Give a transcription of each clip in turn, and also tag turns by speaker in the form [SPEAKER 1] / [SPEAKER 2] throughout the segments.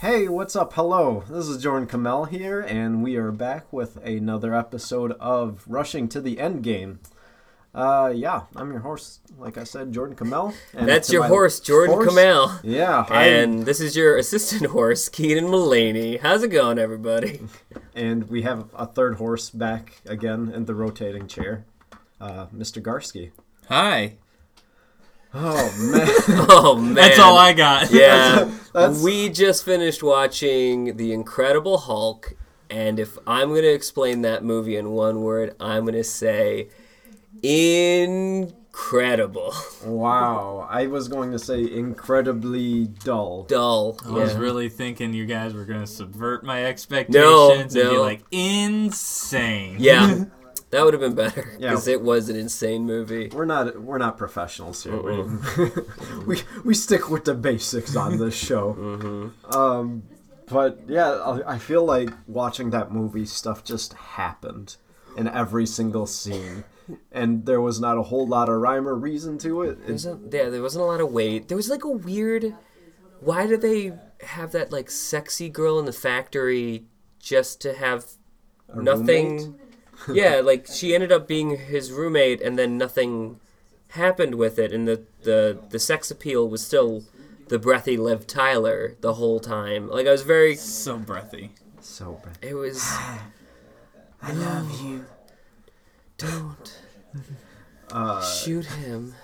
[SPEAKER 1] Hey, what's up? Hello. This is Jordan Kamel here, and we are back with another episode of Rushing to the Endgame. Uh, yeah, I'm your horse, like I said, Jordan Kamel. And
[SPEAKER 2] That's
[SPEAKER 1] to
[SPEAKER 2] your
[SPEAKER 1] my
[SPEAKER 2] horse, Jordan
[SPEAKER 1] horse-
[SPEAKER 2] Kamel.
[SPEAKER 1] Yeah, and
[SPEAKER 2] And this is your assistant horse, Keenan Mullaney. How's it going, everybody?
[SPEAKER 1] and we have a third horse back again in the rotating chair, uh, Mr. Garsky.
[SPEAKER 3] Hi.
[SPEAKER 1] Oh man,
[SPEAKER 2] Oh man,
[SPEAKER 3] That's all I got.
[SPEAKER 2] Yeah,
[SPEAKER 1] That's-
[SPEAKER 2] we just finished watching The Incredible Hulk, and if I'm gonna explain that movie in one word, I'm gonna say incredible,
[SPEAKER 1] wow! I was going to say incredibly dull.
[SPEAKER 2] dull.
[SPEAKER 3] I was
[SPEAKER 2] Yeah.
[SPEAKER 3] really thinking you guys were going to subvert my expectations and be
[SPEAKER 2] no.
[SPEAKER 3] like, insane.
[SPEAKER 2] yeah, that would have been better because
[SPEAKER 1] Yeah.
[SPEAKER 2] it was an insane movie.
[SPEAKER 1] We're not we're not professionals here. We, we we stick with the basics on this show. Um, but yeah, I, I feel like watching that movie stuff just happened in every single scene, and there was not a whole lot of rhyme or reason to it. It's-
[SPEAKER 2] There's not- yeah, there wasn't a lot of weight. There was like a weird. Why did they have that like sexy girl in the factory just to have nothing? yeah, like she ended up being his roommate, and then nothing happened with it, and the the the sex appeal was still the breathy Liv Tyler the whole time. Like I was very.
[SPEAKER 3] So breathy.
[SPEAKER 1] so bad.
[SPEAKER 2] It was. I love you. Don't
[SPEAKER 1] Uh,
[SPEAKER 2] shoot him.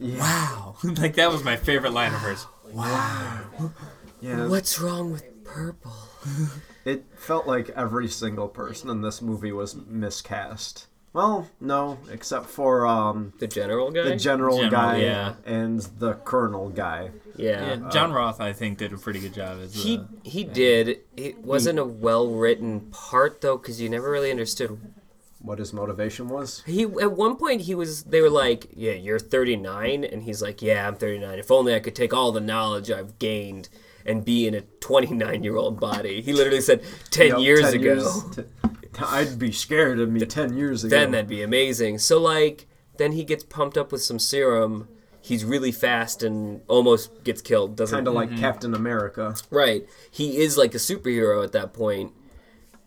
[SPEAKER 3] Wow. like, that was my favorite line of hers.
[SPEAKER 1] Yeah,
[SPEAKER 2] What's wrong with purple?
[SPEAKER 1] it felt like every single person in this movie was miscast. Well, no, except for um,
[SPEAKER 2] The general guy.
[SPEAKER 1] the general,
[SPEAKER 3] General,
[SPEAKER 1] guy
[SPEAKER 2] yeah.
[SPEAKER 1] and the colonel guy.
[SPEAKER 2] Yeah.
[SPEAKER 3] Yeah, John Roth, I think, did a pretty good job as
[SPEAKER 2] He
[SPEAKER 3] the-
[SPEAKER 2] he did. It wasn't a well written part though, because you never really understood.
[SPEAKER 1] What his motivation was?
[SPEAKER 2] He at one point he was. They were like, "Yeah, you're 39," and he's like, "Yeah, I'm 39. If only I could take all the knowledge I've gained and be in a 29 year old body." He literally said, 10
[SPEAKER 1] know,
[SPEAKER 2] years
[SPEAKER 1] 10
[SPEAKER 2] ago."
[SPEAKER 1] t- I'd be scared of me 10 years ago.
[SPEAKER 2] then that'd be amazing. So like, then he gets pumped up with some serum. He's really fast and almost gets killed. Doesn't
[SPEAKER 1] kind of like Captain America.
[SPEAKER 2] Right. He is like a superhero at that point,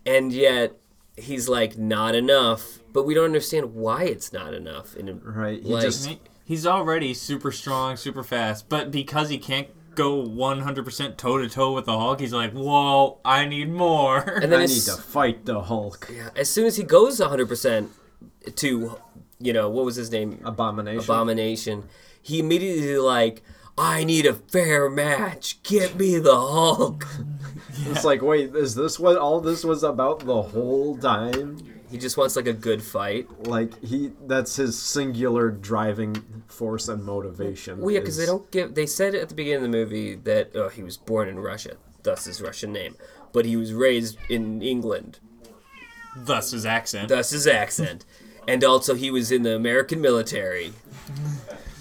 [SPEAKER 2] and yet he's like not enough. But we don't understand why it's not enough. And
[SPEAKER 1] Right, he
[SPEAKER 2] Like,
[SPEAKER 1] just-
[SPEAKER 3] He- He's already super strong, super fast, but because he can't go 100% toe to toe with the Hulk, he's like, whoa, I need more.
[SPEAKER 2] and then
[SPEAKER 1] I need
[SPEAKER 2] as,
[SPEAKER 1] to fight the Hulk.
[SPEAKER 2] as soon as he goes 100 percent to, you know, what was his name?
[SPEAKER 1] Abomination.
[SPEAKER 2] Abomination. He immediately like, I need a fair match. Get me the Hulk.
[SPEAKER 1] It's like, wait, is this what all this was about the whole time?
[SPEAKER 2] he just wants like a good fight.
[SPEAKER 1] Like he that's his singular driving force and motivation.
[SPEAKER 2] Well, yeah, because they
[SPEAKER 1] is-
[SPEAKER 2] don't give. They said at the beginning of the movie that uh, he was born in Russia, thus his Russian name, but he was raised in England,
[SPEAKER 3] Thus his accent.
[SPEAKER 2] thus his accent, and also he was in the American military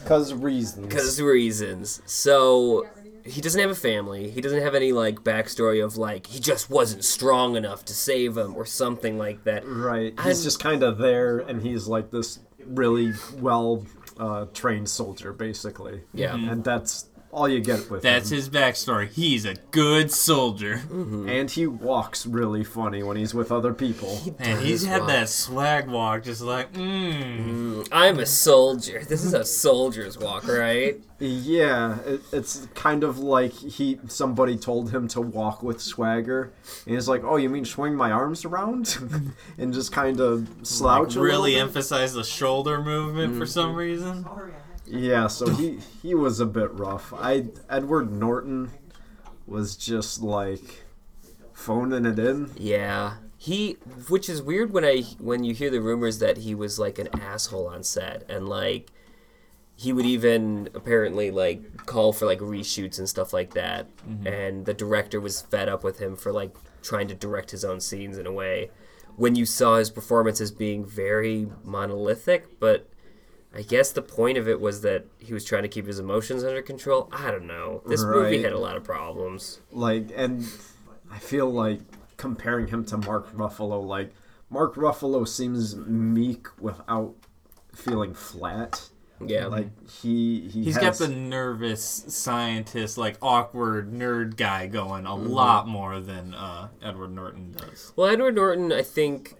[SPEAKER 1] cause reasons.
[SPEAKER 2] because reasons. So he doesn't have a family. He doesn't have any like backstory of like he just wasn't strong enough to save him or something like that.
[SPEAKER 1] right. He's
[SPEAKER 2] I'm-
[SPEAKER 1] just kind of there and he's like this really well uh, trained soldier basically.
[SPEAKER 2] Yeah. Mhm.
[SPEAKER 1] And that's all you get with him.
[SPEAKER 3] Mm-hmm. That's his backstory. He's a good soldier.
[SPEAKER 1] And he walks really funny when he's with other people.
[SPEAKER 3] Man, he's had that swag walk, just like, mmm.
[SPEAKER 2] I'm a soldier. This is a soldier's walk, right?
[SPEAKER 1] Yeah, it, it's kind of like he somebody told him to walk with swagger, and he's like, "Oh, you mean swing my arms around?" and just kind of slouch. a
[SPEAKER 3] Really
[SPEAKER 1] little
[SPEAKER 3] emphasize the shoulder movement for some reason.
[SPEAKER 1] bit. Yeah, so he he was a bit rough. I Edward Norton was just like phoning it in.
[SPEAKER 2] Yeah. He which is weird when I when you hear the rumors that he was like an asshole on set and like he would even apparently like call for like reshoots and stuff like that. And the director was fed up with him for like trying to direct his own scenes in a way when you saw his performance as being very monolithic, but I guess the point of it was that he was trying to keep his emotions under control. I don't know. This movie
[SPEAKER 1] Right.
[SPEAKER 2] had a lot of problems.
[SPEAKER 1] Like, and I feel like comparing him to Mark Ruffalo, like Mark Ruffalo seems meek without feeling flat.
[SPEAKER 2] Yeah.
[SPEAKER 1] Like he he
[SPEAKER 3] He's
[SPEAKER 1] has,
[SPEAKER 3] got the nervous scientist, like awkward nerd guy going a lot more than uh, Edward Norton does.
[SPEAKER 2] Well, Edward Norton, I think,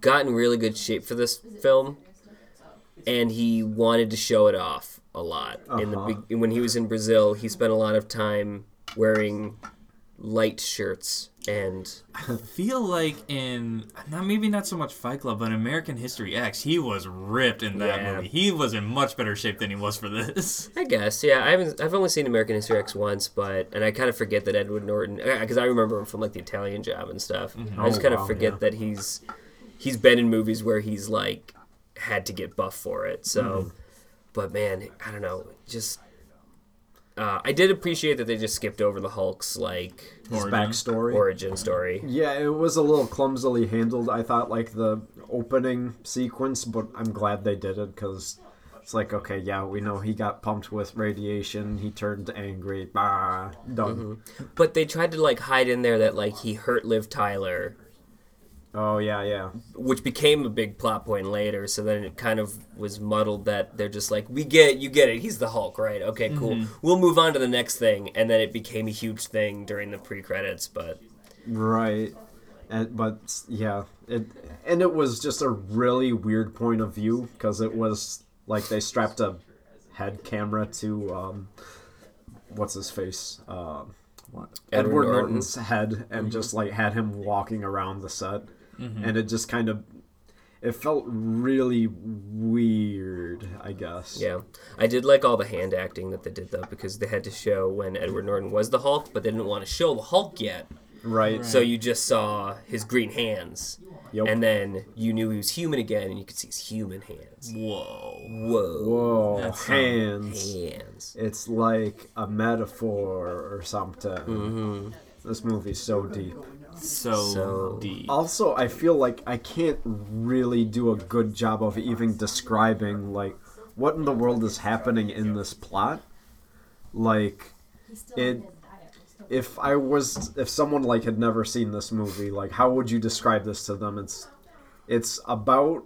[SPEAKER 2] got in really good shape for this film, and he wanted to show it off a lot. In the
[SPEAKER 1] Uh-huh.
[SPEAKER 2] be- when he was in Brazil, he spent a lot of time wearing light shirts and
[SPEAKER 3] I feel like in not maybe not so much Fight Club, but American History X, he was ripped in that
[SPEAKER 2] Yeah.
[SPEAKER 3] movie. He was in much better shape than he was for this.
[SPEAKER 2] I guess yeah. I haven't. I've only seen American History X once, but and I kind of forget that Edward Norton because I remember him from like the Italian Job and stuff. I just
[SPEAKER 1] Oh,
[SPEAKER 2] kind of
[SPEAKER 1] wow,
[SPEAKER 2] forget
[SPEAKER 1] yeah.
[SPEAKER 2] that he's he's been in movies where he's like had to get buff for it. So,
[SPEAKER 1] Mm-hmm.
[SPEAKER 2] but man, I don't know. Just uh, I did appreciate that they just skipped over the Hulk's like
[SPEAKER 1] his
[SPEAKER 3] Origin.
[SPEAKER 1] backstory.
[SPEAKER 2] origin story.
[SPEAKER 1] Yeah, it was a little clumsily handled. I thought like the opening sequence, but I'm glad they did it because it's like, okay, yeah, we know he got pumped with radiation. He turned angry. Bah, done.
[SPEAKER 2] But they tried to like hide in there that like he hurt Liv Tyler
[SPEAKER 1] Oh yeah, yeah.
[SPEAKER 2] which became a big plot point later. So then it kind of was muddled that they're just like, we get it, you get it. He's the Hulk, right? Okay, cool. We'll move on to the next thing, and then it became a huge thing during the pre-credits. But
[SPEAKER 1] Right. And, but yeah, it and it was just a really weird point of view because it was like they strapped a head camera to um, what's his face, um,
[SPEAKER 2] Edward
[SPEAKER 1] Edward,
[SPEAKER 2] Norton.
[SPEAKER 1] Norton's head, and just like had him walking around the set, and it just kind of it felt really weird, I guess.
[SPEAKER 2] yeah, I did like all the hand acting that they did though, because they had to show when Edward Norton was the Hulk, but they didn't want to show the Hulk yet.
[SPEAKER 1] Right.
[SPEAKER 2] So you just saw his green hands,
[SPEAKER 1] Yep.
[SPEAKER 2] and then you knew he was human again, and you could see his human hands.
[SPEAKER 3] Whoa.
[SPEAKER 2] Whoa,
[SPEAKER 1] Whoa,
[SPEAKER 3] That's-
[SPEAKER 1] hands.
[SPEAKER 2] hands.
[SPEAKER 1] It's like a metaphor or something. This movie's so deep.
[SPEAKER 3] So,
[SPEAKER 2] So-
[SPEAKER 3] deep.
[SPEAKER 1] Also, I feel like I can't really do a good job of even describing like what in the world is happening in this plot. Like it if I was if someone like had never seen this movie, like how would you describe this to them? It's it's about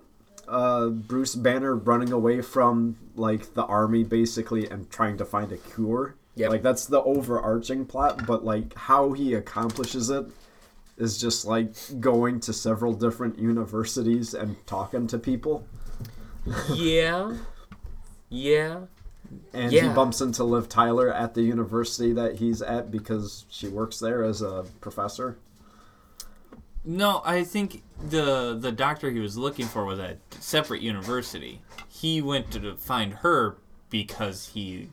[SPEAKER 1] uh, Bruce Banner running away from like the army basically and trying to find a cure.
[SPEAKER 2] Yep.
[SPEAKER 1] Like that's the overarching plot, but like how he accomplishes it is just like going to several different universities and talking to people.
[SPEAKER 2] Yeah, yeah.
[SPEAKER 1] And
[SPEAKER 2] Yeah.
[SPEAKER 1] he bumps into Liv Tyler at the university that he's at because she works there as a professor.
[SPEAKER 3] No, I think the the doctor he was looking for was at a separate university. He went to find her because he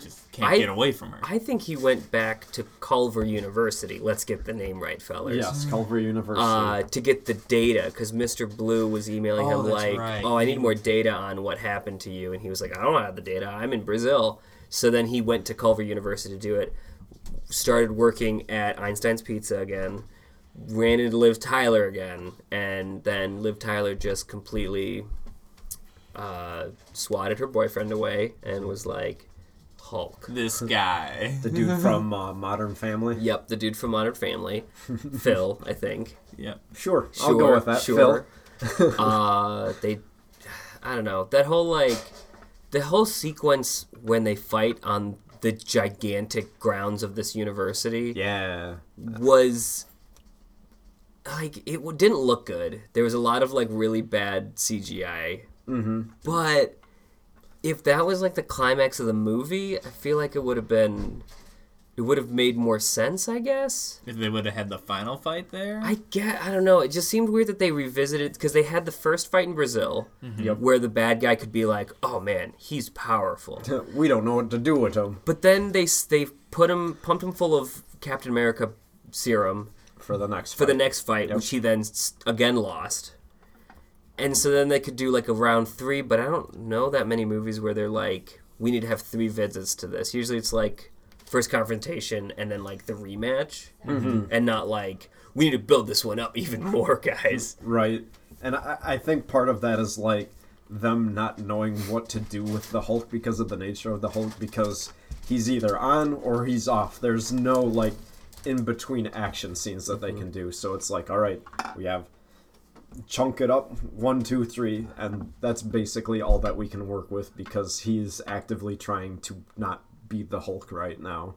[SPEAKER 3] just can't
[SPEAKER 2] I-
[SPEAKER 3] get away from her.
[SPEAKER 2] I think he went back to Culver University. Let's get the name right, fellas.
[SPEAKER 1] Yes, Culver University.
[SPEAKER 2] Uh, to get the data, because Mr. Blue was emailing
[SPEAKER 3] Oh,
[SPEAKER 2] him
[SPEAKER 3] that's
[SPEAKER 2] like,
[SPEAKER 3] right.
[SPEAKER 2] "Oh, I need more data on what happened to you," and he was like, "I don't have the data. I'm in Brazil." So then he went to Culver University to do it. Started working at Einstein's Pizza again. Ran into Liv Tyler again, and then Liv Tyler just completely uh, swatted her boyfriend away and was like, "Hulk."
[SPEAKER 3] this guy.
[SPEAKER 1] the dude from uh, Modern Family.
[SPEAKER 2] Yep, the dude from Modern Family, Phil, I think.
[SPEAKER 3] yeah.
[SPEAKER 1] Sure,
[SPEAKER 2] Sure,
[SPEAKER 1] I'll go with that.
[SPEAKER 2] Sure. uh, they, I don't know that whole like, the whole sequence when they fight on the gigantic grounds of this university
[SPEAKER 1] Phil. Yeah.
[SPEAKER 2] was like it w- didn't look good. There was a lot of like really bad CGI. Mm-hmm. But if that was like the climax of the movie, I feel like it would have been, it would have made more sense, I guess.
[SPEAKER 3] If they would have had the final fight there.
[SPEAKER 2] I get. I don't know. It just seemed weird that they revisited because they had the first fight in Brazil,
[SPEAKER 1] Yep.
[SPEAKER 2] where the bad guy could be like, "Oh man, he's powerful,"
[SPEAKER 1] We don't know what to do with him
[SPEAKER 2] but then they s- they put him pumped him full of Captain America serum
[SPEAKER 1] for the next.
[SPEAKER 2] for the next fight, which he then s- again lost. And so then they could do like a round three, but I don't know that many movies where they're like, "We need to have three visits to this." Usually it's like first confrontation and then like the rematch, and not like. We need to build this one up even more, guys.
[SPEAKER 1] right, and I, I think part of that is like them not knowing what to do with the Hulk because of the nature of the Hulk because he's either on or he's off. There's no like in between action scenes that they can do. So it's like, all right, we have chunk it up one, two, three, and that's basically all that we can work with because he's actively trying to not be the Hulk right now.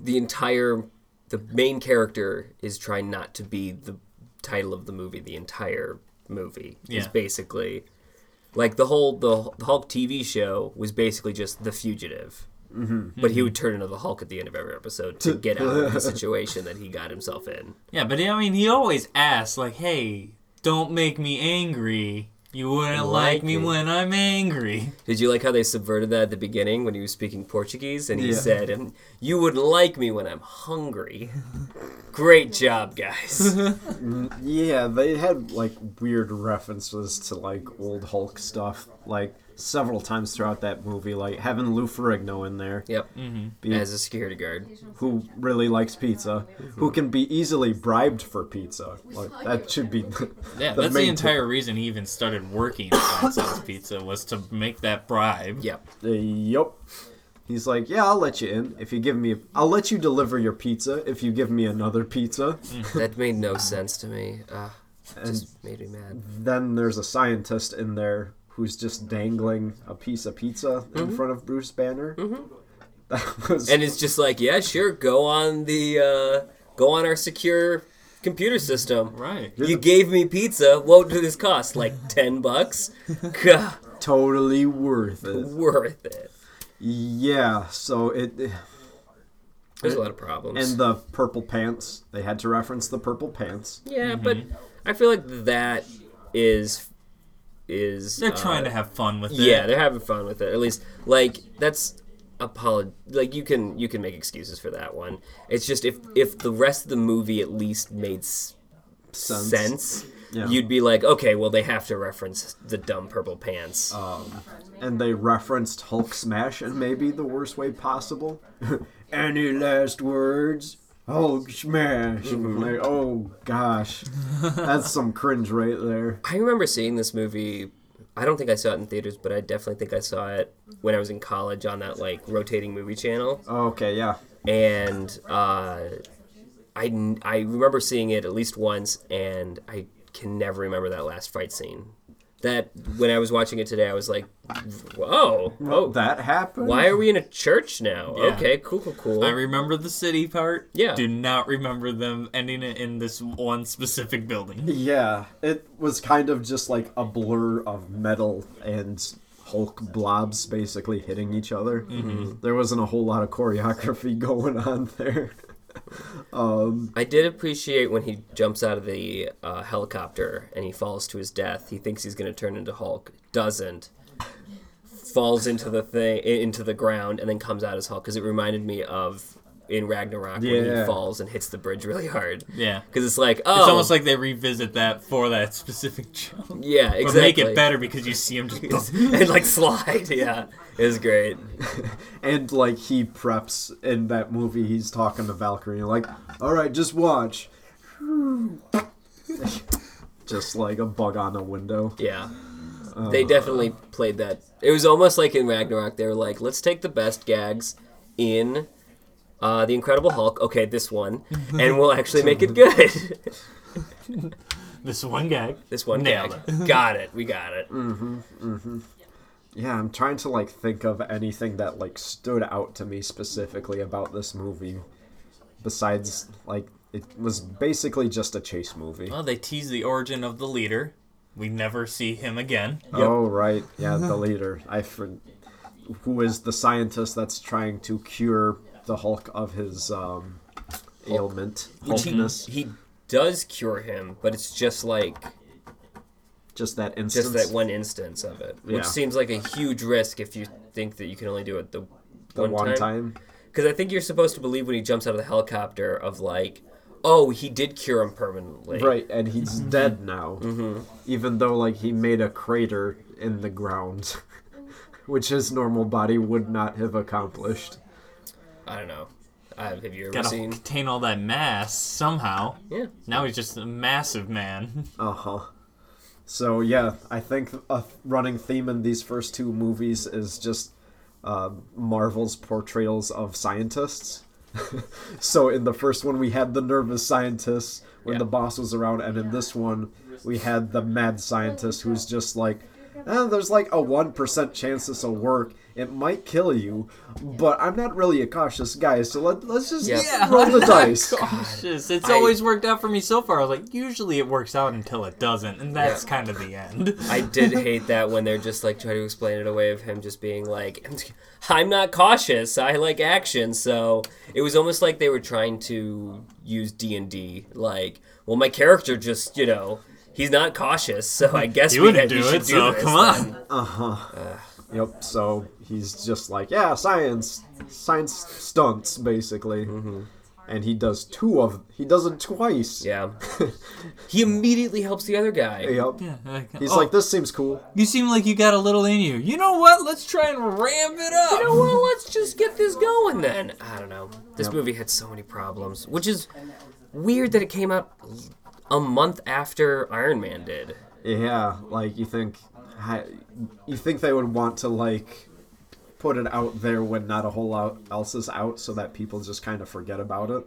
[SPEAKER 2] the entire the main character is trying not to be the title of the movie the entire movie is
[SPEAKER 3] Yeah.
[SPEAKER 2] basically like the whole the, the hulk tv show was basically just the fugitive mm-hmm. but he would turn into the hulk at the end of every episode to get out of the situation that he got himself in
[SPEAKER 3] Yeah, but I mean, he always asks, like, "Hey, don't make me angry. You wouldn't like,
[SPEAKER 2] Like
[SPEAKER 3] me
[SPEAKER 2] it.
[SPEAKER 3] when I'm angry."
[SPEAKER 2] did you like how they subverted that at the beginning when he was speaking portuguese and he
[SPEAKER 1] Yeah.
[SPEAKER 2] said "And you wouldn't like me when i'm hungry great job guys
[SPEAKER 1] Yeah, they had like weird references to like old Hulk stuff, like several times throughout that movie, like having Lou Ferrigno in there,
[SPEAKER 2] yep
[SPEAKER 1] be-
[SPEAKER 2] as a security guard
[SPEAKER 1] who really likes pizza, who can be easily bribed for pizza. Like that should be.
[SPEAKER 3] Yeah,
[SPEAKER 1] The
[SPEAKER 3] that's the
[SPEAKER 1] main
[SPEAKER 3] entire reason he even started working at Francis Pizza was to make that bribe.
[SPEAKER 2] yep
[SPEAKER 1] Uh, Yup. He's like, yeah, I'll let you in if you give me. I'll let you deliver your pizza if you give me another pizza.
[SPEAKER 2] that made no sense to me uh, just made me mad
[SPEAKER 1] Then there's a scientist in there who's just dangling a piece of pizza in front of Bruce Banner. That was
[SPEAKER 2] and it's just like, yeah, sure, go on the uh, go on our secure computer system.
[SPEAKER 3] Right.
[SPEAKER 2] You gave me pizza. What did this cost? Like ten bucks? Gah,
[SPEAKER 1] totally worth it.
[SPEAKER 2] worth it.
[SPEAKER 1] Yeah, so it
[SPEAKER 2] There's a lot of problems.
[SPEAKER 1] and the purple pants. They had to reference the purple pants.
[SPEAKER 2] yeah, but
[SPEAKER 3] Mm-hmm.
[SPEAKER 2] I feel like that is is
[SPEAKER 3] They're
[SPEAKER 2] uh,
[SPEAKER 3] trying to have fun with it.
[SPEAKER 2] Yeah, they're having fun with it. At least like that's apolog like you can you can make excuses for that one. It's just if if the rest of the movie at least made s-
[SPEAKER 1] Sense.
[SPEAKER 2] sense,
[SPEAKER 1] Yeah.
[SPEAKER 2] you'd be like, okay, well they have to reference the dumb purple pants.
[SPEAKER 1] And they referenced Hulk smash in maybe the worst way possible. Any last words? Hulk smash.
[SPEAKER 2] Mm-hmm.
[SPEAKER 1] I'm Like, oh gosh. That's some cringe right there.
[SPEAKER 2] I remember seeing this movie. I don't think I saw it in theaters, but I definitely think I saw it when I was in college on that like rotating movie channel.
[SPEAKER 1] Okay, yeah.
[SPEAKER 2] and uh, I n- I remember seeing it at least once, and I can never remember that last fight scene. That when I was watching it today, I was like,
[SPEAKER 1] Oh,
[SPEAKER 2] "Whoa, oh,
[SPEAKER 1] that happened.
[SPEAKER 2] why are we in a church now?"
[SPEAKER 3] Yeah.
[SPEAKER 2] Okay, cool, cool, cool.
[SPEAKER 3] I remember the city part.
[SPEAKER 2] Yeah.
[SPEAKER 3] Do not remember them ending it in this one specific building.
[SPEAKER 1] Yeah, it was kind of just like a blur of metal and Hulk blobs basically hitting each other. There wasn't a whole lot of choreography going on there.
[SPEAKER 2] I did appreciate when he jumps out of the uh, helicopter and he falls to his death. He thinks he's going to turn into Hulk, doesn't. Falls into the thing i- into the ground and then comes out as Hulk because it reminded me of in Ragnarok when
[SPEAKER 1] Yeah.
[SPEAKER 2] he falls and hits the bridge really hard.
[SPEAKER 3] Yeah.
[SPEAKER 2] Because it's like oh,
[SPEAKER 3] It's almost like they revisit that for that specific job.
[SPEAKER 2] yeah,
[SPEAKER 3] Or
[SPEAKER 2] exactly.
[SPEAKER 3] make it better because you see him just.
[SPEAKER 2] and like slide. Yeah, it was great.
[SPEAKER 1] And like he preps in that movie, he's talking to Valkyrie, and like, all right, just watch. just like a bug on a window.
[SPEAKER 2] Yeah. They definitely played that. It was almost like in Ragnarok, they were like, let's take the best gags in uh, The Incredible Hulk, okay, this one, and we'll actually make it good.
[SPEAKER 3] this one guy.
[SPEAKER 2] this one
[SPEAKER 3] Nailed
[SPEAKER 2] gag. Got it. We got it.
[SPEAKER 1] Mm. Yeah, I'm trying to like think of anything that like stood out to me specifically about this movie besides like it was basically just a chase movie.
[SPEAKER 3] Well, they tease the origin of the leader. We never see him again.
[SPEAKER 1] Oh right. Yeah, the leader. I for who is the scientist that's trying to cure the Hulk of his um ailment.
[SPEAKER 2] Which he,
[SPEAKER 1] Hulkness.
[SPEAKER 2] he does cure him, but it's just like,
[SPEAKER 1] Just that instance.
[SPEAKER 2] just that one instance of it, which
[SPEAKER 1] Yeah.
[SPEAKER 2] seems like a huge risk if you think that you can only do it the,
[SPEAKER 1] the one, time.
[SPEAKER 2] Because I think you're supposed to believe when he jumps out of the helicopter of like, oh, he did cure him permanently.
[SPEAKER 1] Right, and he's dead now. Even though like he made a crater in the ground. Which his normal body would not have accomplished.
[SPEAKER 2] I don't know. I, have you ever
[SPEAKER 3] Gotta
[SPEAKER 2] seen?
[SPEAKER 3] contain all that mass somehow.
[SPEAKER 2] Yeah.
[SPEAKER 3] Now he's just a massive man.
[SPEAKER 1] Uh huh. So yeah, I think a running theme in these first two movies is just uh, Marvel's portrayals of scientists. so in the first one, we had the nervous scientists when
[SPEAKER 2] Yeah.
[SPEAKER 1] the boss was around, and in this one, we had the mad scientist who's just like, eh, there's like a 1% chance this will work. It might kill you, but I'm not really a cautious guy, so let, let's just
[SPEAKER 2] Yep. Yeah, Oh,
[SPEAKER 1] roll the
[SPEAKER 3] I'm
[SPEAKER 1] dice.
[SPEAKER 3] not Cautious. It's
[SPEAKER 2] I-
[SPEAKER 3] always worked out for me so far. I was like, usually it works out until it doesn't, and that's kind of the end.
[SPEAKER 2] I did hate that when they're just like trying to explain it away of him just being like, I'm not cautious. I like action. So it was almost like they were trying to use D and D. Like, well, my character just you know he's not cautious, so I guess
[SPEAKER 3] He
[SPEAKER 2] we,
[SPEAKER 3] wouldn't
[SPEAKER 2] we
[SPEAKER 3] do
[SPEAKER 2] should
[SPEAKER 3] it,
[SPEAKER 2] do
[SPEAKER 3] so
[SPEAKER 2] this.
[SPEAKER 3] come on.
[SPEAKER 1] Uh-huh. Eh, Yep. So he's just like, yeah, science, science stunts basically, and he does two of. He does it twice.
[SPEAKER 2] Yeah, he immediately helps the other guy.
[SPEAKER 1] Yep.
[SPEAKER 3] Yeah, like,
[SPEAKER 1] He's
[SPEAKER 3] oh,
[SPEAKER 1] like, this seems cool.
[SPEAKER 3] you seem like you got a little in you. You know what? Let's try and ramp it up.
[SPEAKER 2] You know what? Let's just get this going then. I don't know. This movie had so many problems, which is weird that it came out a month after Iron Man did.
[SPEAKER 1] Yeah. Like you think, I- you think they would want to like put it out there when not a whole lot else is out, so that people just kind of forget about it.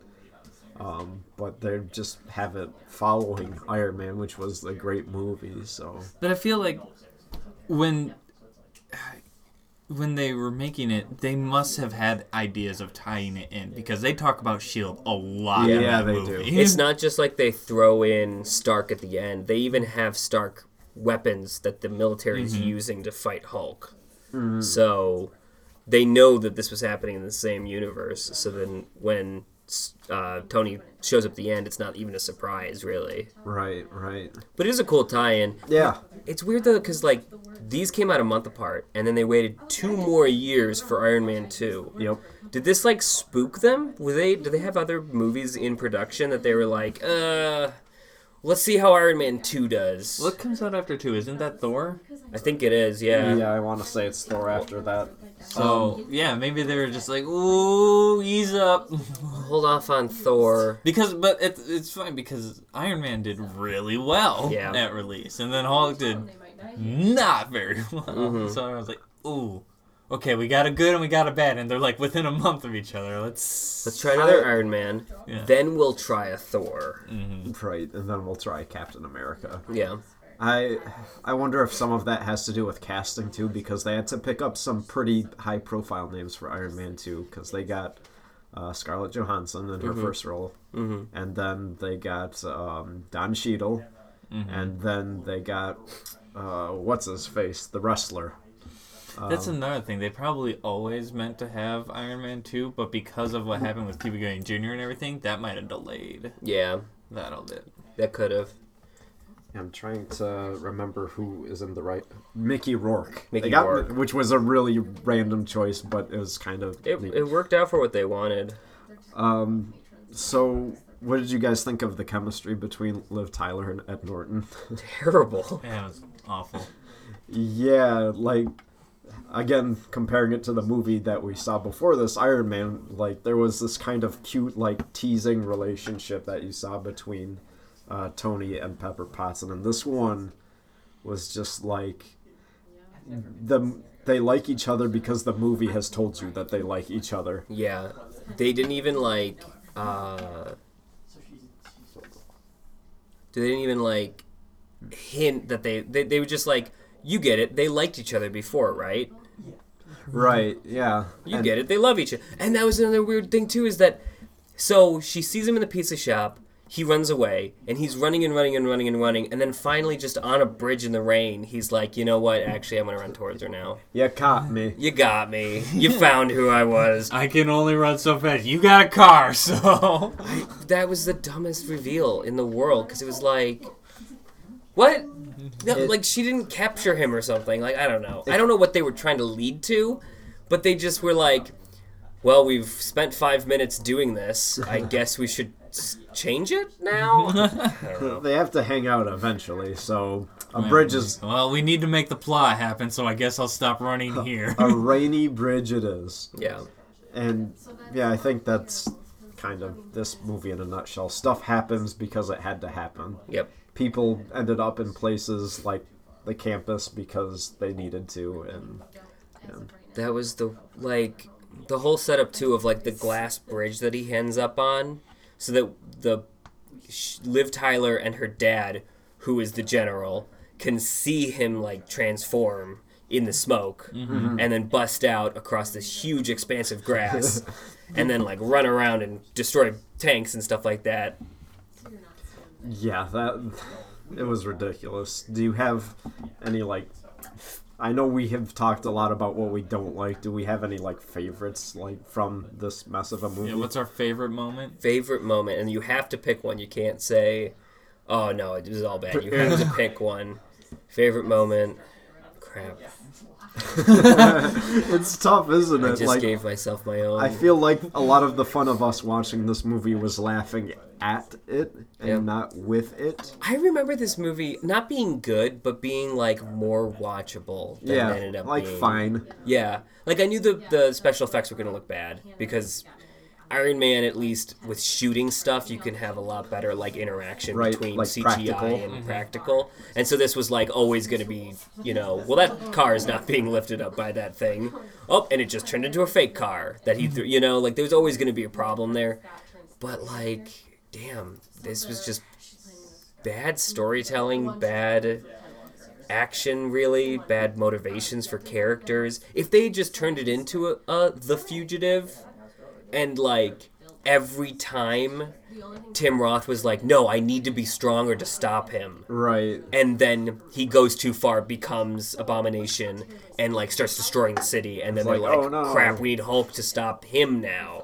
[SPEAKER 1] Um, but they just have it following Iron Man, which was a great movie. So
[SPEAKER 3] But I feel like when when they were making it, they must have had ideas of tying it in because they talk about Shield E a lot. in
[SPEAKER 1] Yeah,
[SPEAKER 3] that
[SPEAKER 1] they do.
[SPEAKER 3] movie.
[SPEAKER 2] It's not just like they throw in Stark at the end. They even have Stark weapons that the military is using to fight Hulk. So they know that this was happening in the same universe. So then when uh, Tony shows up at the end, it's not even a surprise, really.
[SPEAKER 1] right, right.
[SPEAKER 2] But it is a cool tie-in.
[SPEAKER 1] Yeah.
[SPEAKER 2] It's weird though, because like these came out a month apart, and then they waited two more years for Iron Man Two.
[SPEAKER 1] Yep.
[SPEAKER 2] Did this like spook them? Were they? Do they have other movies in production that they were like, uh, let's see how Iron Man Two does?
[SPEAKER 3] What comes out after two? Isn't that Thor?
[SPEAKER 2] I think it is. Yeah.
[SPEAKER 1] Yeah, I want to say it's Thor after that.
[SPEAKER 3] So Oh, yeah, maybe they were just like, ooh, ease up,
[SPEAKER 2] Hold off on Thor.
[SPEAKER 3] because but it, it's fine because Iron Man did really well
[SPEAKER 2] Yeah.
[SPEAKER 3] at release, and then Hulk did not very well.
[SPEAKER 1] Mm-hmm.
[SPEAKER 3] So I was like, ooh, okay, we got a good and we got a bad, and they're like within a month of each other. Let's
[SPEAKER 2] Let's try another Iron Man.
[SPEAKER 3] Yeah.
[SPEAKER 2] Then we'll try a Thor.
[SPEAKER 1] Right, and then we'll try Captain America.
[SPEAKER 2] Yeah.
[SPEAKER 1] I I wonder if some of that has to do with casting too, because they had to pick up some pretty high profile names for Iron Man two, because they got uh, Scarlett Johansson in her first role,
[SPEAKER 2] Mm-hmm.
[SPEAKER 1] and then they got um, Don Cheadle, and then they got uh, what's his face, the wrestler.
[SPEAKER 3] That's another thing. They probably always meant to have Iron Man 2, but because of what happened with Cuba Gooding Jr. and everything, that might have delayed
[SPEAKER 2] Yeah.
[SPEAKER 3] that a bit.
[SPEAKER 2] That could have.
[SPEAKER 1] I'm trying to remember who is in the right. Mickey Rourke. They
[SPEAKER 2] Mickey
[SPEAKER 1] got-
[SPEAKER 2] Rourke.
[SPEAKER 1] which was a really random choice, but it was kind of
[SPEAKER 2] It, it worked out for what they wanted.
[SPEAKER 1] So, what did you guys think of the chemistry between Liv Tyler and Ed Norton?
[SPEAKER 2] Terrible.
[SPEAKER 3] Yeah, it was awful.
[SPEAKER 1] yeah, like again, comparing it to the movie that we saw before this, Iron Man, like there was this kind of cute, like teasing relationship that you saw between uh, Tony and Pepper Potts, and then this one was just like the they like each other because the movie has told you that they like each other.
[SPEAKER 2] Yeah, they didn't even like. uh They didn't even like hint that they they they were just like you get it. They liked each other before, right?
[SPEAKER 1] Right? Yeah.
[SPEAKER 2] You get it. They love each other. And that was another weird thing too is that so she sees him in the pizza shop. He runs away, and he's running and running and running and running, and then finally, just on a bridge in the rain, he's like, "You know what? Actually, I'm gonna run towards her now.
[SPEAKER 1] You caught me.
[SPEAKER 2] You got me. You found who I was.
[SPEAKER 3] I can only run so fast. You got a car, so.
[SPEAKER 2] that was the dumbest reveal in the world because it was like what No,
[SPEAKER 1] It-
[SPEAKER 2] like she didn't capture him or something like i don't know i don't know what they were trying to lead to but they just were like well we've spent five minutes doing this i guess we should s- change it now I don't know.
[SPEAKER 1] They have to hang out eventually, so a bridge is
[SPEAKER 3] Well, we need to make the plot happen, so I guess I'll stop running here.
[SPEAKER 1] a rainy bridge it is.
[SPEAKER 2] yeah
[SPEAKER 1] And yeah, I think that's kind of this movie in a nutshell. Stuff happens because it had to happen.
[SPEAKER 2] yep
[SPEAKER 1] People ended up in places like the campus because they needed to and
[SPEAKER 2] that was the like the whole setup too of like the glass bridge that he ends up on so that the sh- liv tyler and her dad who is the general, can see him like transform in the smoke and then bust out across this huge expanse of grass and then like run around and destroy tanks and stuff like that.
[SPEAKER 1] Yeah, that it was ridiculous. Do you have any like? I know we have talked a lot about what we don't like. Do we have any like favorites like from this mess of a movie?
[SPEAKER 3] Yeah, what's our favorite moment?
[SPEAKER 2] Favorite moment, and you have to pick one. You can't say, "Oh no, it was all bad." You have to pick one. Favorite moment. Crap.
[SPEAKER 1] it's tough, isn't it?
[SPEAKER 2] Just
[SPEAKER 1] like
[SPEAKER 2] gave myself my own.
[SPEAKER 1] I feel like a lot of the fun of us watching this movie was laughing at it and
[SPEAKER 2] Yeah.
[SPEAKER 1] not with it.
[SPEAKER 2] I remember this movie not being good, but being like more watchable than it ended
[SPEAKER 1] yeah,
[SPEAKER 2] up
[SPEAKER 1] like
[SPEAKER 2] being.
[SPEAKER 1] fine.
[SPEAKER 2] Yeah, like I knew the the special effects were gonna look bad because Iron Man, at least with shooting stuff, you can have a lot better like interaction
[SPEAKER 1] Right,
[SPEAKER 2] between
[SPEAKER 1] like
[SPEAKER 2] CGI
[SPEAKER 1] practical.
[SPEAKER 2] and practical. And so this was like always gonna be, you know, well that car is not being lifted up by that thing. Oh, and it just turned into a fake car that he threw. You know, like there's always gonna be a problem there. But like, damn, this was just bad storytelling, bad action really bad motivations for characters if they just turned it into a, a the fugitive and like every time tim roth was like no i need to be stronger to stop him
[SPEAKER 1] Right.
[SPEAKER 2] and then he goes too far becomes abomination and like starts destroying the city and then they're
[SPEAKER 1] like,
[SPEAKER 2] like,
[SPEAKER 1] "Oh, no."
[SPEAKER 2] crap we need hulk to stop him now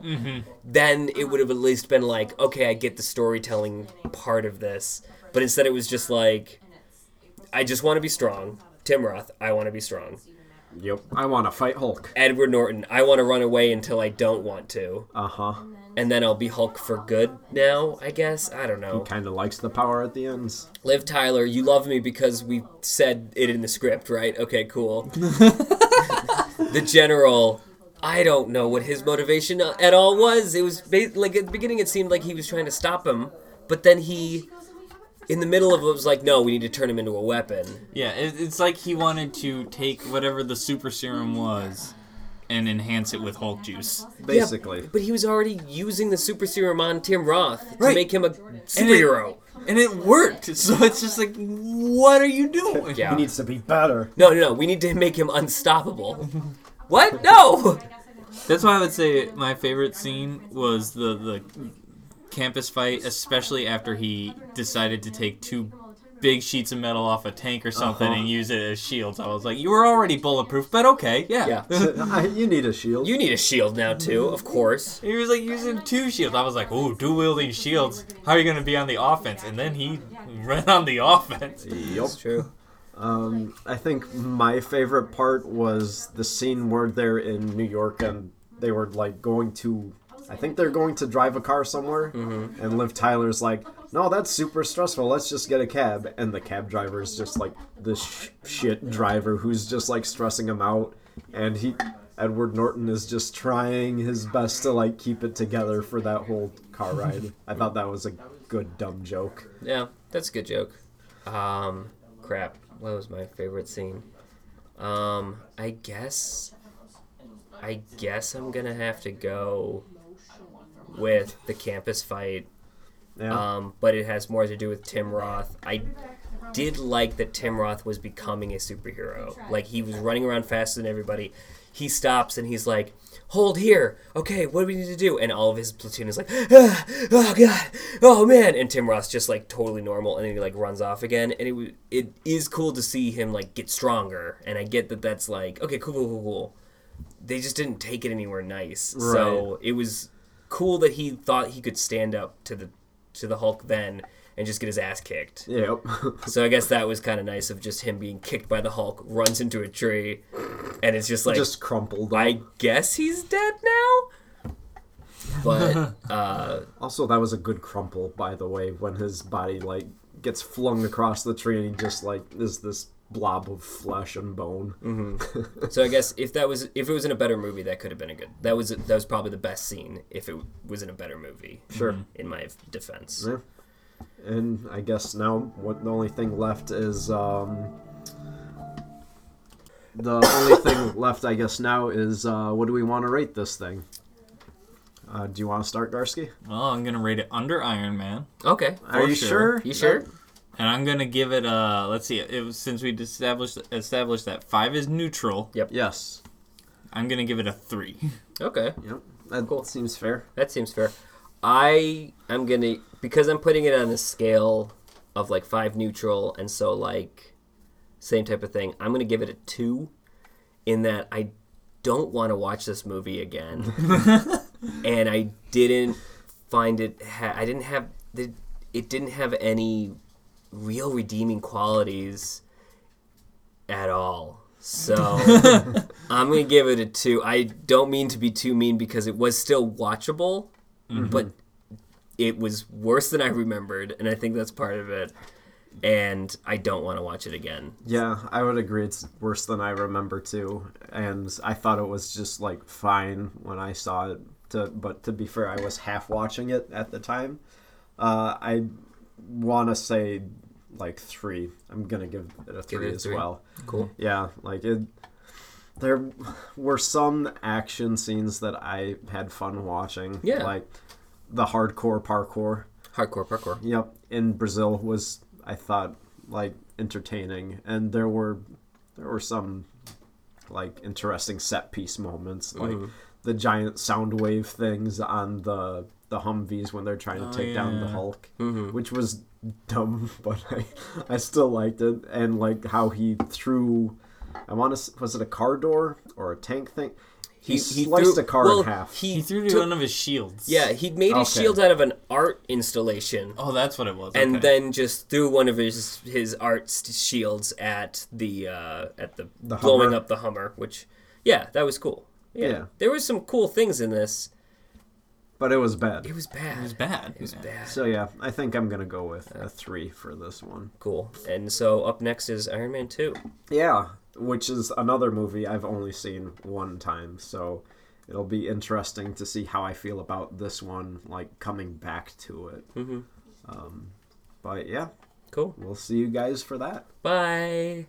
[SPEAKER 2] then it would have at least been like okay i get the storytelling part of this but instead it was just like i just want to be strong tim roth i want to be strong
[SPEAKER 1] Yep. I want to fight Hulk.
[SPEAKER 2] edward norton i want to run away until i don't want to
[SPEAKER 1] Uh huh.
[SPEAKER 2] and then i'll be hulk for good now i guess i don't know
[SPEAKER 1] Kind of likes the power at the ends.
[SPEAKER 2] liv tyler you love me because we said it in the script right okay cool the general i don't know what his motivation at all was it was ba- like at the beginning it seemed like he was trying to stop him but then he in the middle of it was like no we need to turn him into a weapon
[SPEAKER 3] Yeah, it, it's like he wanted to take whatever the super serum was and enhance it with Hulk juice.
[SPEAKER 1] Basically.
[SPEAKER 2] but he was already using the super serum on tim roth to
[SPEAKER 3] Right.
[SPEAKER 2] make him a
[SPEAKER 3] And it-
[SPEAKER 2] superhero
[SPEAKER 3] And it worked. So it's just like, what are you doing?
[SPEAKER 2] yeah
[SPEAKER 1] He needs to be better.
[SPEAKER 2] no no no we need to make him unstoppable what no
[SPEAKER 3] That's why I would say my favorite scene was the the campus fight, especially after he decided to take two big sheets of metal off a tank or something
[SPEAKER 1] Uh-huh.
[SPEAKER 3] and use it as shields. I was like, you were already bulletproof, but okay, yeah.
[SPEAKER 2] Yeah.
[SPEAKER 1] I- you need a shield.
[SPEAKER 2] you need a shield now too of course
[SPEAKER 3] He was like using two shields. I was like, "Ooh, dual wielding shields. How are you gonna be on the offense?" And then he ran on the offense.
[SPEAKER 1] Yep.
[SPEAKER 2] it's true
[SPEAKER 1] Um, I think my favorite part was the scene where they're in New York and they were like going to. I think they're going to drive a car somewhere, and Liv Tyler's like, "No, that's super stressful. Let's just get a cab." And the cab driver is just like this sh- shit driver who's just like stressing him out, and he, Edward Norton is just trying his best to like keep it together for that whole car ride. I thought that was a good dumb joke.
[SPEAKER 2] Yeah, that's a good joke. Um, crap. What was my favorite scene? Um, I guess. I guess I'm gonna have to go with the campus fight.
[SPEAKER 1] Yeah.
[SPEAKER 2] Um, but it has more to do with Tim Roth. I did like that Tim Roth was becoming a superhero. Like he was running around faster than everybody. He stops and he's like, "Hold here, okay. What do we need to do?" And all of his platoon is like, ah, "Oh god, oh man!" And Tim Roth's just like totally normal, and then he like runs off again. And it wa- it is cool to see him like get stronger. And I get that that's like okay, cool, cool, cool, cool. They just didn't take it anywhere nice. So it was cool that he thought he could stand up to the to the Hulk then and just get his ass kicked.
[SPEAKER 1] yep.
[SPEAKER 2] So I guess that was kind of nice of just him being kicked by the Hulk, runs into a tree, and it's just like,
[SPEAKER 1] just crumpled.
[SPEAKER 2] I guess he's dead now. But uh,
[SPEAKER 1] Also, that was a good crumple, by the way, when his body like gets flung across the tree and he just like is this blob of flesh and bone.
[SPEAKER 2] so I guess if that was if it was in a better movie, that could have been a good. That was that was probably the best scene if it was in a better movie.
[SPEAKER 1] Sure.
[SPEAKER 2] In my defense,
[SPEAKER 1] Yeah. And I guess now what the only thing left is um the only thing left I guess now is uh what do we want to rate this thing? Uh, do you want to start, Garsky?
[SPEAKER 3] Well, I'm gonna rate it under Iron Man.
[SPEAKER 2] okay.
[SPEAKER 1] Are you
[SPEAKER 3] sure.
[SPEAKER 1] sure?
[SPEAKER 2] You sure?
[SPEAKER 3] and I'm gonna give it a. Let's see. It was, since we established established that five is neutral,
[SPEAKER 1] Yes.
[SPEAKER 3] I'm gonna give it a three.
[SPEAKER 2] Okay,
[SPEAKER 1] Yep. That
[SPEAKER 2] Cool.
[SPEAKER 1] seems fair.
[SPEAKER 2] that seems fair. I am gonna because I'm putting it on a scale of like five neutral, and so like same type of thing. I'm gonna give it a two, in that I don't want to watch this movie again, and I didn't find it. Ha- I didn't have the. It didn't have any real redeeming qualities at all. So. I'm gonna give it a two. I don't mean to be too mean because it was still watchable,
[SPEAKER 1] Mm-hmm.
[SPEAKER 2] but it was worse than I remembered, and I think that's part of it. And I don't want to watch it again.
[SPEAKER 1] Yeah, I would agree. It's worse than I remember too, and I thought it was just like fine when I saw it. To, but to be fair, I was half watching it at the time. Uh, I want to say like three. I'm gonna give it a
[SPEAKER 2] Give
[SPEAKER 1] three
[SPEAKER 2] it a
[SPEAKER 1] as
[SPEAKER 2] three.
[SPEAKER 1] well.
[SPEAKER 2] Cool.
[SPEAKER 1] Yeah, like it. There were some action scenes that I had fun watching.
[SPEAKER 2] Yeah.
[SPEAKER 1] like the hardcore parkour.
[SPEAKER 2] Hardcore parkour.
[SPEAKER 1] Yep, in Brazil was I thought like entertaining, and there were there were some like interesting set piece moments, like the giant sound wave things on the the Humvees when they're trying to
[SPEAKER 3] Oh,
[SPEAKER 1] take down the
[SPEAKER 3] yeah.
[SPEAKER 1] Hulk, which was dumb, but I I still liked it, and like how he threw. I want to. Was it a car door or a tank thing? He, sliced a
[SPEAKER 2] threw-
[SPEAKER 1] car
[SPEAKER 2] well,
[SPEAKER 1] in half.
[SPEAKER 2] He,
[SPEAKER 3] He threw
[SPEAKER 2] took-
[SPEAKER 3] one of his shields.
[SPEAKER 2] Yeah, he made his
[SPEAKER 1] Okay.
[SPEAKER 2] shield out of an art installation,
[SPEAKER 3] Oh, that's what it was.
[SPEAKER 2] and
[SPEAKER 3] okay.
[SPEAKER 2] then just threw one of his his art st- shields at the uh, at the,
[SPEAKER 1] The
[SPEAKER 2] blowing
[SPEAKER 1] Hummer.
[SPEAKER 2] up the Hummer. Which, yeah, that was cool.
[SPEAKER 1] Yeah.
[SPEAKER 2] yeah, there was some cool things in this.
[SPEAKER 1] but it was bad.
[SPEAKER 2] It was bad.
[SPEAKER 3] it was bad.
[SPEAKER 2] It was bad.
[SPEAKER 1] So yeah, I think I'm gonna go with a three for this one.
[SPEAKER 2] Cool. And so up next is Iron Man 2.
[SPEAKER 1] Yeah, which is another movie I've only seen one time, so it'll be interesting to see how I feel about this one, like coming back to it. Um, but yeah,
[SPEAKER 2] Mm-hmm. Cool.
[SPEAKER 1] we'll see you guys for that.
[SPEAKER 2] Bye.